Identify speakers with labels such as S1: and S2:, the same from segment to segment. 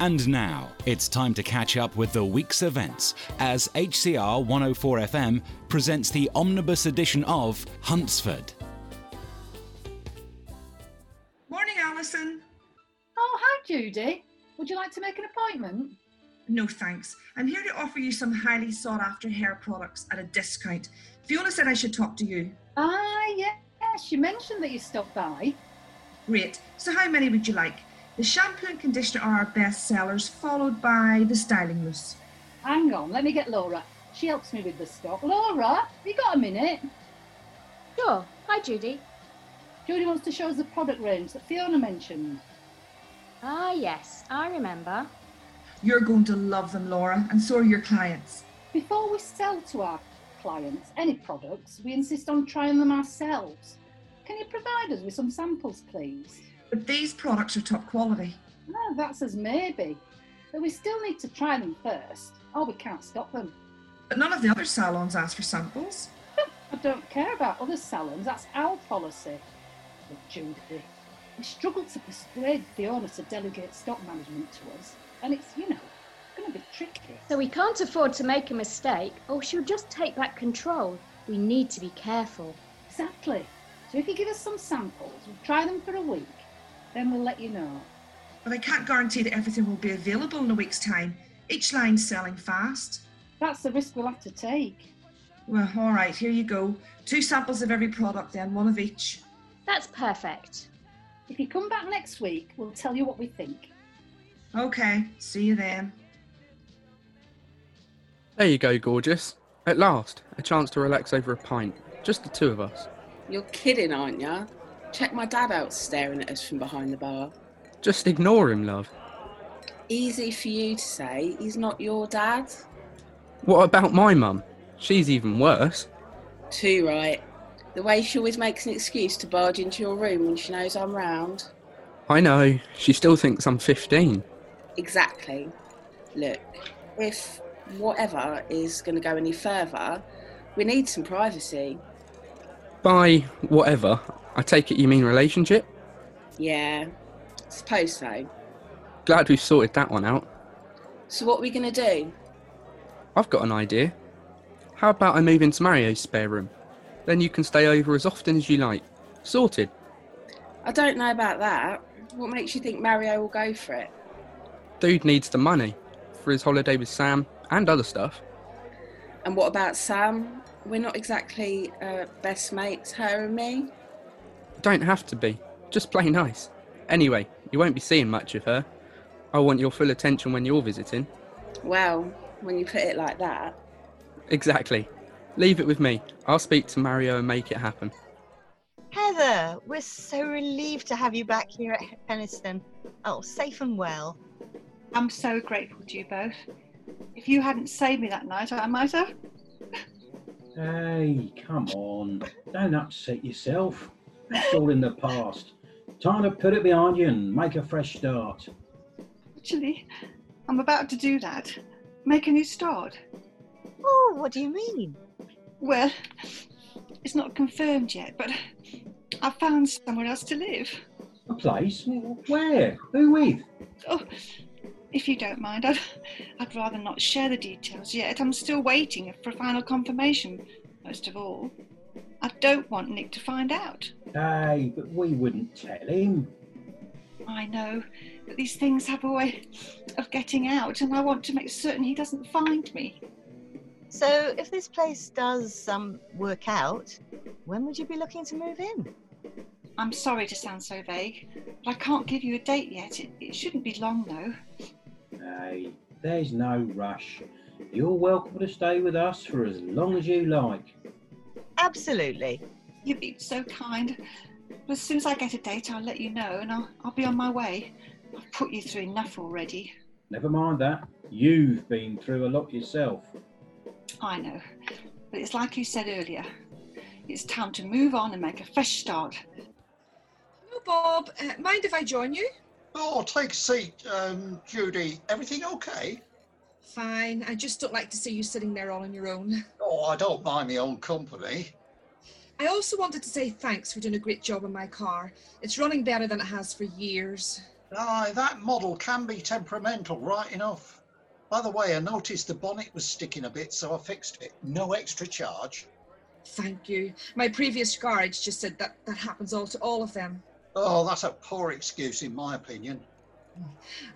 S1: And now it's time to catch up with the week's events as HCR 104 FM presents the omnibus edition of Huntsford.
S2: Morning, Alison.
S3: Oh, hi, Judy. Would you like to make an appointment?
S2: No thanks. I'm here to offer you some highly sought after hair products at a discount. Fiona said I should talk to you.
S3: Ah, yes, you mentioned that you stopped by.
S2: Great. So, how many would you like? The shampoo and conditioner are our best sellers, followed by the styling mousse.
S3: Hang on, let me get Laura. She helps me with the stock. Laura, have you got a minute?
S4: Sure. Hi, Judy.
S3: Judy wants to show us the product range that Fiona mentioned.
S4: Ah, yes, I remember.
S2: You're going to love them, Laura, and so are your clients.
S3: Before we sell to our clients any products, we insist on trying them ourselves. Can you provide us with some samples, please?
S2: But these products are top quality.
S3: No, that's as maybe. But we still need to try them first, or we can't stop them.
S2: But none of the other salons ask for samples.
S3: I don't care about other salons, that's our policy. But Judy, we struggled to persuade Fiona to delegate stock management to us, and it's, you know, going to be tricky.
S4: So we can't afford to make a mistake, or she'll just take back control. We need to be careful.
S3: Exactly. So if you give us some samples, we'll try them for a week, then we'll let you know.
S2: But I can't guarantee that everything will be available in a week's time. Each line's selling fast.
S3: That's the risk we'll have to take.
S2: Well, all right, here you go. Two samples of every product, then one of each.
S4: That's perfect.
S3: If you come back next week, we'll tell you what we think.
S2: Okay, see you then.
S5: There you go, gorgeous. At last, a chance to relax over a pint. Just the two of us.
S6: You're kidding, aren't ya? Check my dad out staring at us from behind the bar.
S5: Just ignore him, love.
S6: Easy for you to say, he's not your dad.
S5: What about my mum? She's even worse.
S6: Too right. The way she always makes an excuse to barge into your room when she knows I'm round.
S5: I know, she still thinks I'm 15.
S6: Exactly. Look, if whatever is going to go any further, we need some privacy.
S5: By whatever, I take it you mean relationship?
S6: Yeah, suppose so.
S5: Glad we've sorted that one out.
S6: So, what are we going to do?
S5: I've got an idea. How about I move into Mario's spare room? Then you can stay over as often as you like. Sorted.
S6: I don't know about that. What makes you think Mario will go for it?
S5: Dude needs the money for his holiday with Sam and other stuff.
S6: And what about Sam? We're not exactly uh, best mates, her and me.
S5: Don't have to be. Just play nice. Anyway, you won't be seeing much of her. I want your full attention when you're visiting.
S6: Well, when you put it like that,
S5: Exactly. Leave it with me. I'll speak to Mario and make it happen.
S7: Heather, we're so relieved to have you back here at Henniston. Oh, safe and well.
S8: I'm so grateful to you both. If you hadn't saved me that night, I might have.
S9: Hey, come on. Don't upset yourself. That's all in the past. Time to put it behind you and make a fresh start.
S8: Actually, I'm about to do that. Make a new start.
S7: Oh, what do you mean?
S8: Well, it's not confirmed yet, but I found somewhere else to live.
S9: A place? Where? Who with?
S8: Oh, if you don't mind, I'd, I'd rather not share the details yet. I'm still waiting for final confirmation, most of all. I don't want Nick to find out.
S9: Hey, but we wouldn't tell him.
S8: I know that these things have a way of getting out, and I want to make certain he doesn't find me.
S7: So, if this place does um, work out, when would you be looking to move in?
S8: I'm sorry to sound so vague, but I can't give you a date yet. It, it shouldn't be long, though.
S9: Hey, there's no rush. You're welcome to stay with us for as long as you like.
S7: Absolutely.
S8: You've been so kind. But as soon as I get a date, I'll let you know, and I'll, I'll be on my way. I've put you through enough already.
S9: Never mind that. You've been through a lot yourself.
S8: I know. But it's like you said earlier. It's time to move on and make a fresh start.
S2: Hello, Bob. Uh, mind if I join you?
S10: Oh, take a seat, um, Judy. Everything okay?
S2: Fine. I just don't like to see you sitting there all on your own.
S10: Oh, I don't mind my own company.
S2: I also wanted to say thanks for doing a great job on my car. It's running better than it has for years.
S7: Aye, that model can be temperamental, right enough. By the way, I noticed the bonnet was sticking a bit, so I fixed it. No extra charge.
S2: Thank you. My previous garage just said that that happens all to all of them.
S7: Oh, that's a poor excuse, in my opinion.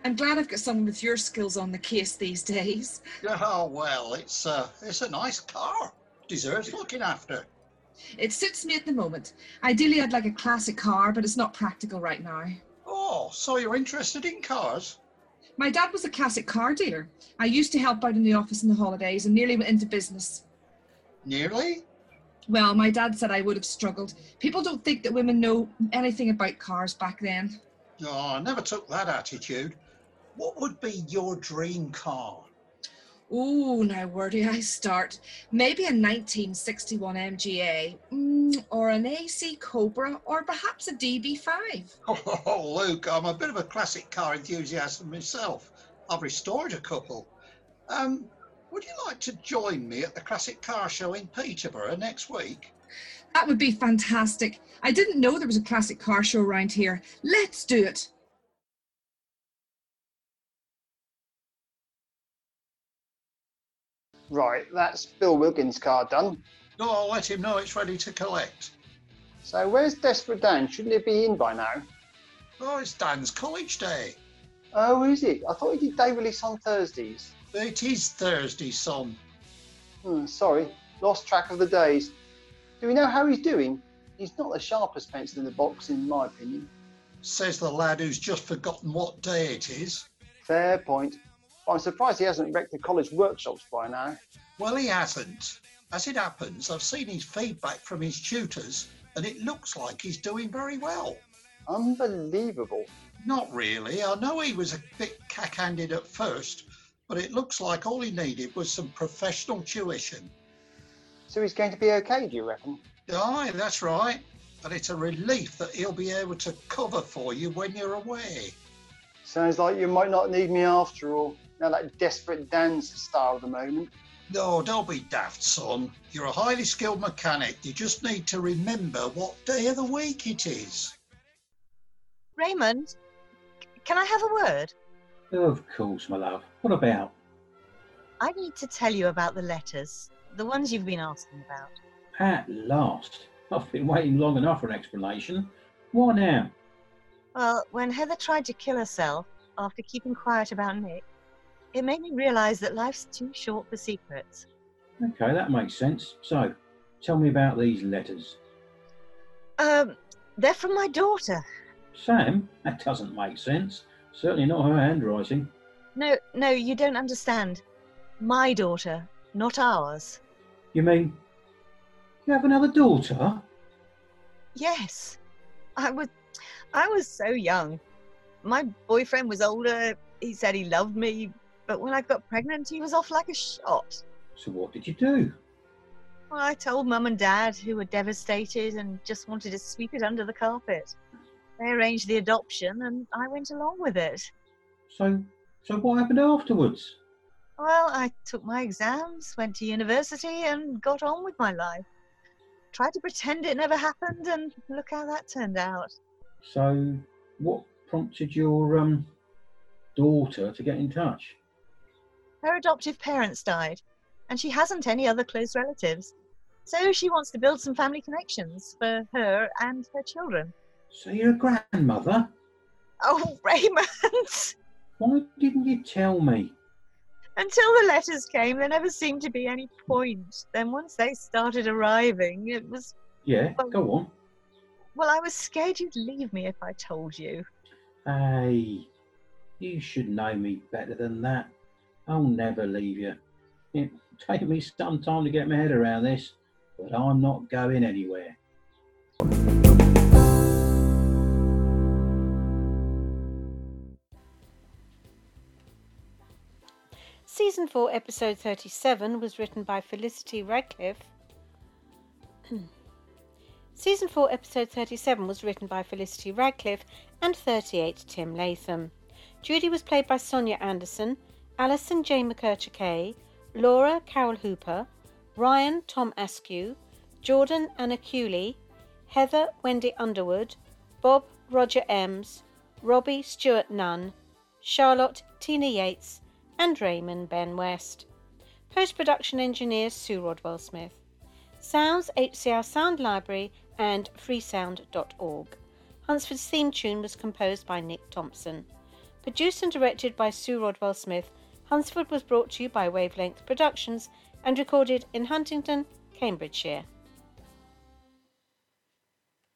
S2: I'm glad I've got someone with your skills on the case these days.
S7: Oh well, it's uh, it's a nice car. Deserves looking after.
S2: It suits me at the moment. Ideally, I'd like a classic car, but it's not practical right now.
S7: Oh, so you're interested in cars?
S2: My dad was a classic car dealer. I used to help out in the office in the holidays and nearly went into business.
S7: Nearly?
S2: Well, my dad said I would have struggled. People don't think that women know anything about cars back then.
S7: Oh, I never took that attitude. What would be your dream car?
S2: Ooh, now where do I start? Maybe a 1961 MGA, mm, or an AC Cobra, or perhaps a DB5.
S7: Oh, Luke, I'm a bit of a classic car enthusiast myself. I've restored a couple. Um, would you like to join me at the classic car show in Peterborough next week?
S2: That would be fantastic. I didn't know there was a classic car show around here. Let's do it.
S11: Right, that's Bill Wilkins' car done.
S7: No, I'll let him know it's ready to collect.
S11: So where's Desperate Dan? Shouldn't it be in by now?
S7: Oh, it's Dan's college day.
S11: Oh, is it? I thought he did day release on Thursdays.
S7: It is Thursday, son.
S11: Hmm, sorry, lost track of the days. Do we know how he's doing? He's not the sharpest pencil in the box, in my opinion.
S7: Says the lad who's just forgotten what day it is.
S11: Fair point. I'm surprised he hasn't wrecked the college workshops by now.
S7: Well, he hasn't. As it happens, I've seen his feedback from his tutors, and it looks like he's doing very well.
S11: Unbelievable.
S7: Not really. I know he was a bit cack handed at first, but it looks like all he needed was some professional tuition.
S11: So he's going to be okay, do you reckon?
S7: Aye, that's right. And it's a relief that he'll be able to cover for you when you're away.
S11: Sounds like you might not need me after all. Now that desperate Dan's the star of the moment.
S7: No, don't be daft, son. You're a highly skilled mechanic. You just need to remember what day of the week it is.
S6: Raymond, c- can I have a word?
S9: Of course, my love. What about?
S6: I need to tell you about the letters, the ones you've been asking about.
S9: At last. I've been waiting long enough for an explanation. What now?
S6: Well, when Heather tried to kill herself after keeping quiet about Nick, it made me realise that life's too short for secrets.
S9: Okay, that makes sense. So, tell me about these letters.
S6: Um, they're from my daughter.
S9: Sam, that doesn't make sense. Certainly not her handwriting.
S6: No, no, you don't understand. My daughter, not ours.
S9: You mean you have another daughter?
S6: Yes, I was, I was so young. My boyfriend was older. He said he loved me, but when I got pregnant, he was off like a shot.
S9: So, what did you do?
S6: Well, I told mum and dad, who were devastated and just wanted to sweep it under the carpet. They arranged the adoption, and I went along with it.
S9: So, so what happened afterwards?
S6: Well, I took my exams, went to university, and got on with my life. Tried to pretend it never happened, and look how that turned out.
S9: So, what prompted your um, daughter to get in touch?
S6: Her adoptive parents died, and she hasn't any other close relatives. So she wants to build some family connections for her and her children.
S9: So, you're a grandmother?
S6: Oh, Raymond!
S9: Why didn't you tell me?
S6: Until the letters came, there never seemed to be any point. Then once they started arriving, it was.
S9: Yeah, go on.
S6: Well, I was scared you'd leave me if I told you.
S9: Hey, you should know me better than that. I'll never leave you. It take me some time to get my head around this, but I'm not going anywhere.
S12: Season 4, episode 37 was written by Felicity Radcliffe. Season 4, episode 37 was written by Felicity Radcliffe and 38 Tim Latham. Judy was played by Sonia Anderson, Alison J. McKercher Kay, Laura Carol Hooper, Ryan Tom Askew, Jordan Anna Cooley, Heather Wendy Underwood, Bob Roger Ems,
S6: Robbie Stewart Nunn, Charlotte Tina Yates, and Raymond Ben West. Post production engineer Sue Rodwell Smith. Sounds HCR Sound Library and freesound.org. Huntsford's theme tune was composed by Nick Thompson. Produced and directed by Sue Rodwell Smith, Huntsford was brought to you by Wavelength Productions and recorded in Huntingdon, Cambridgeshire.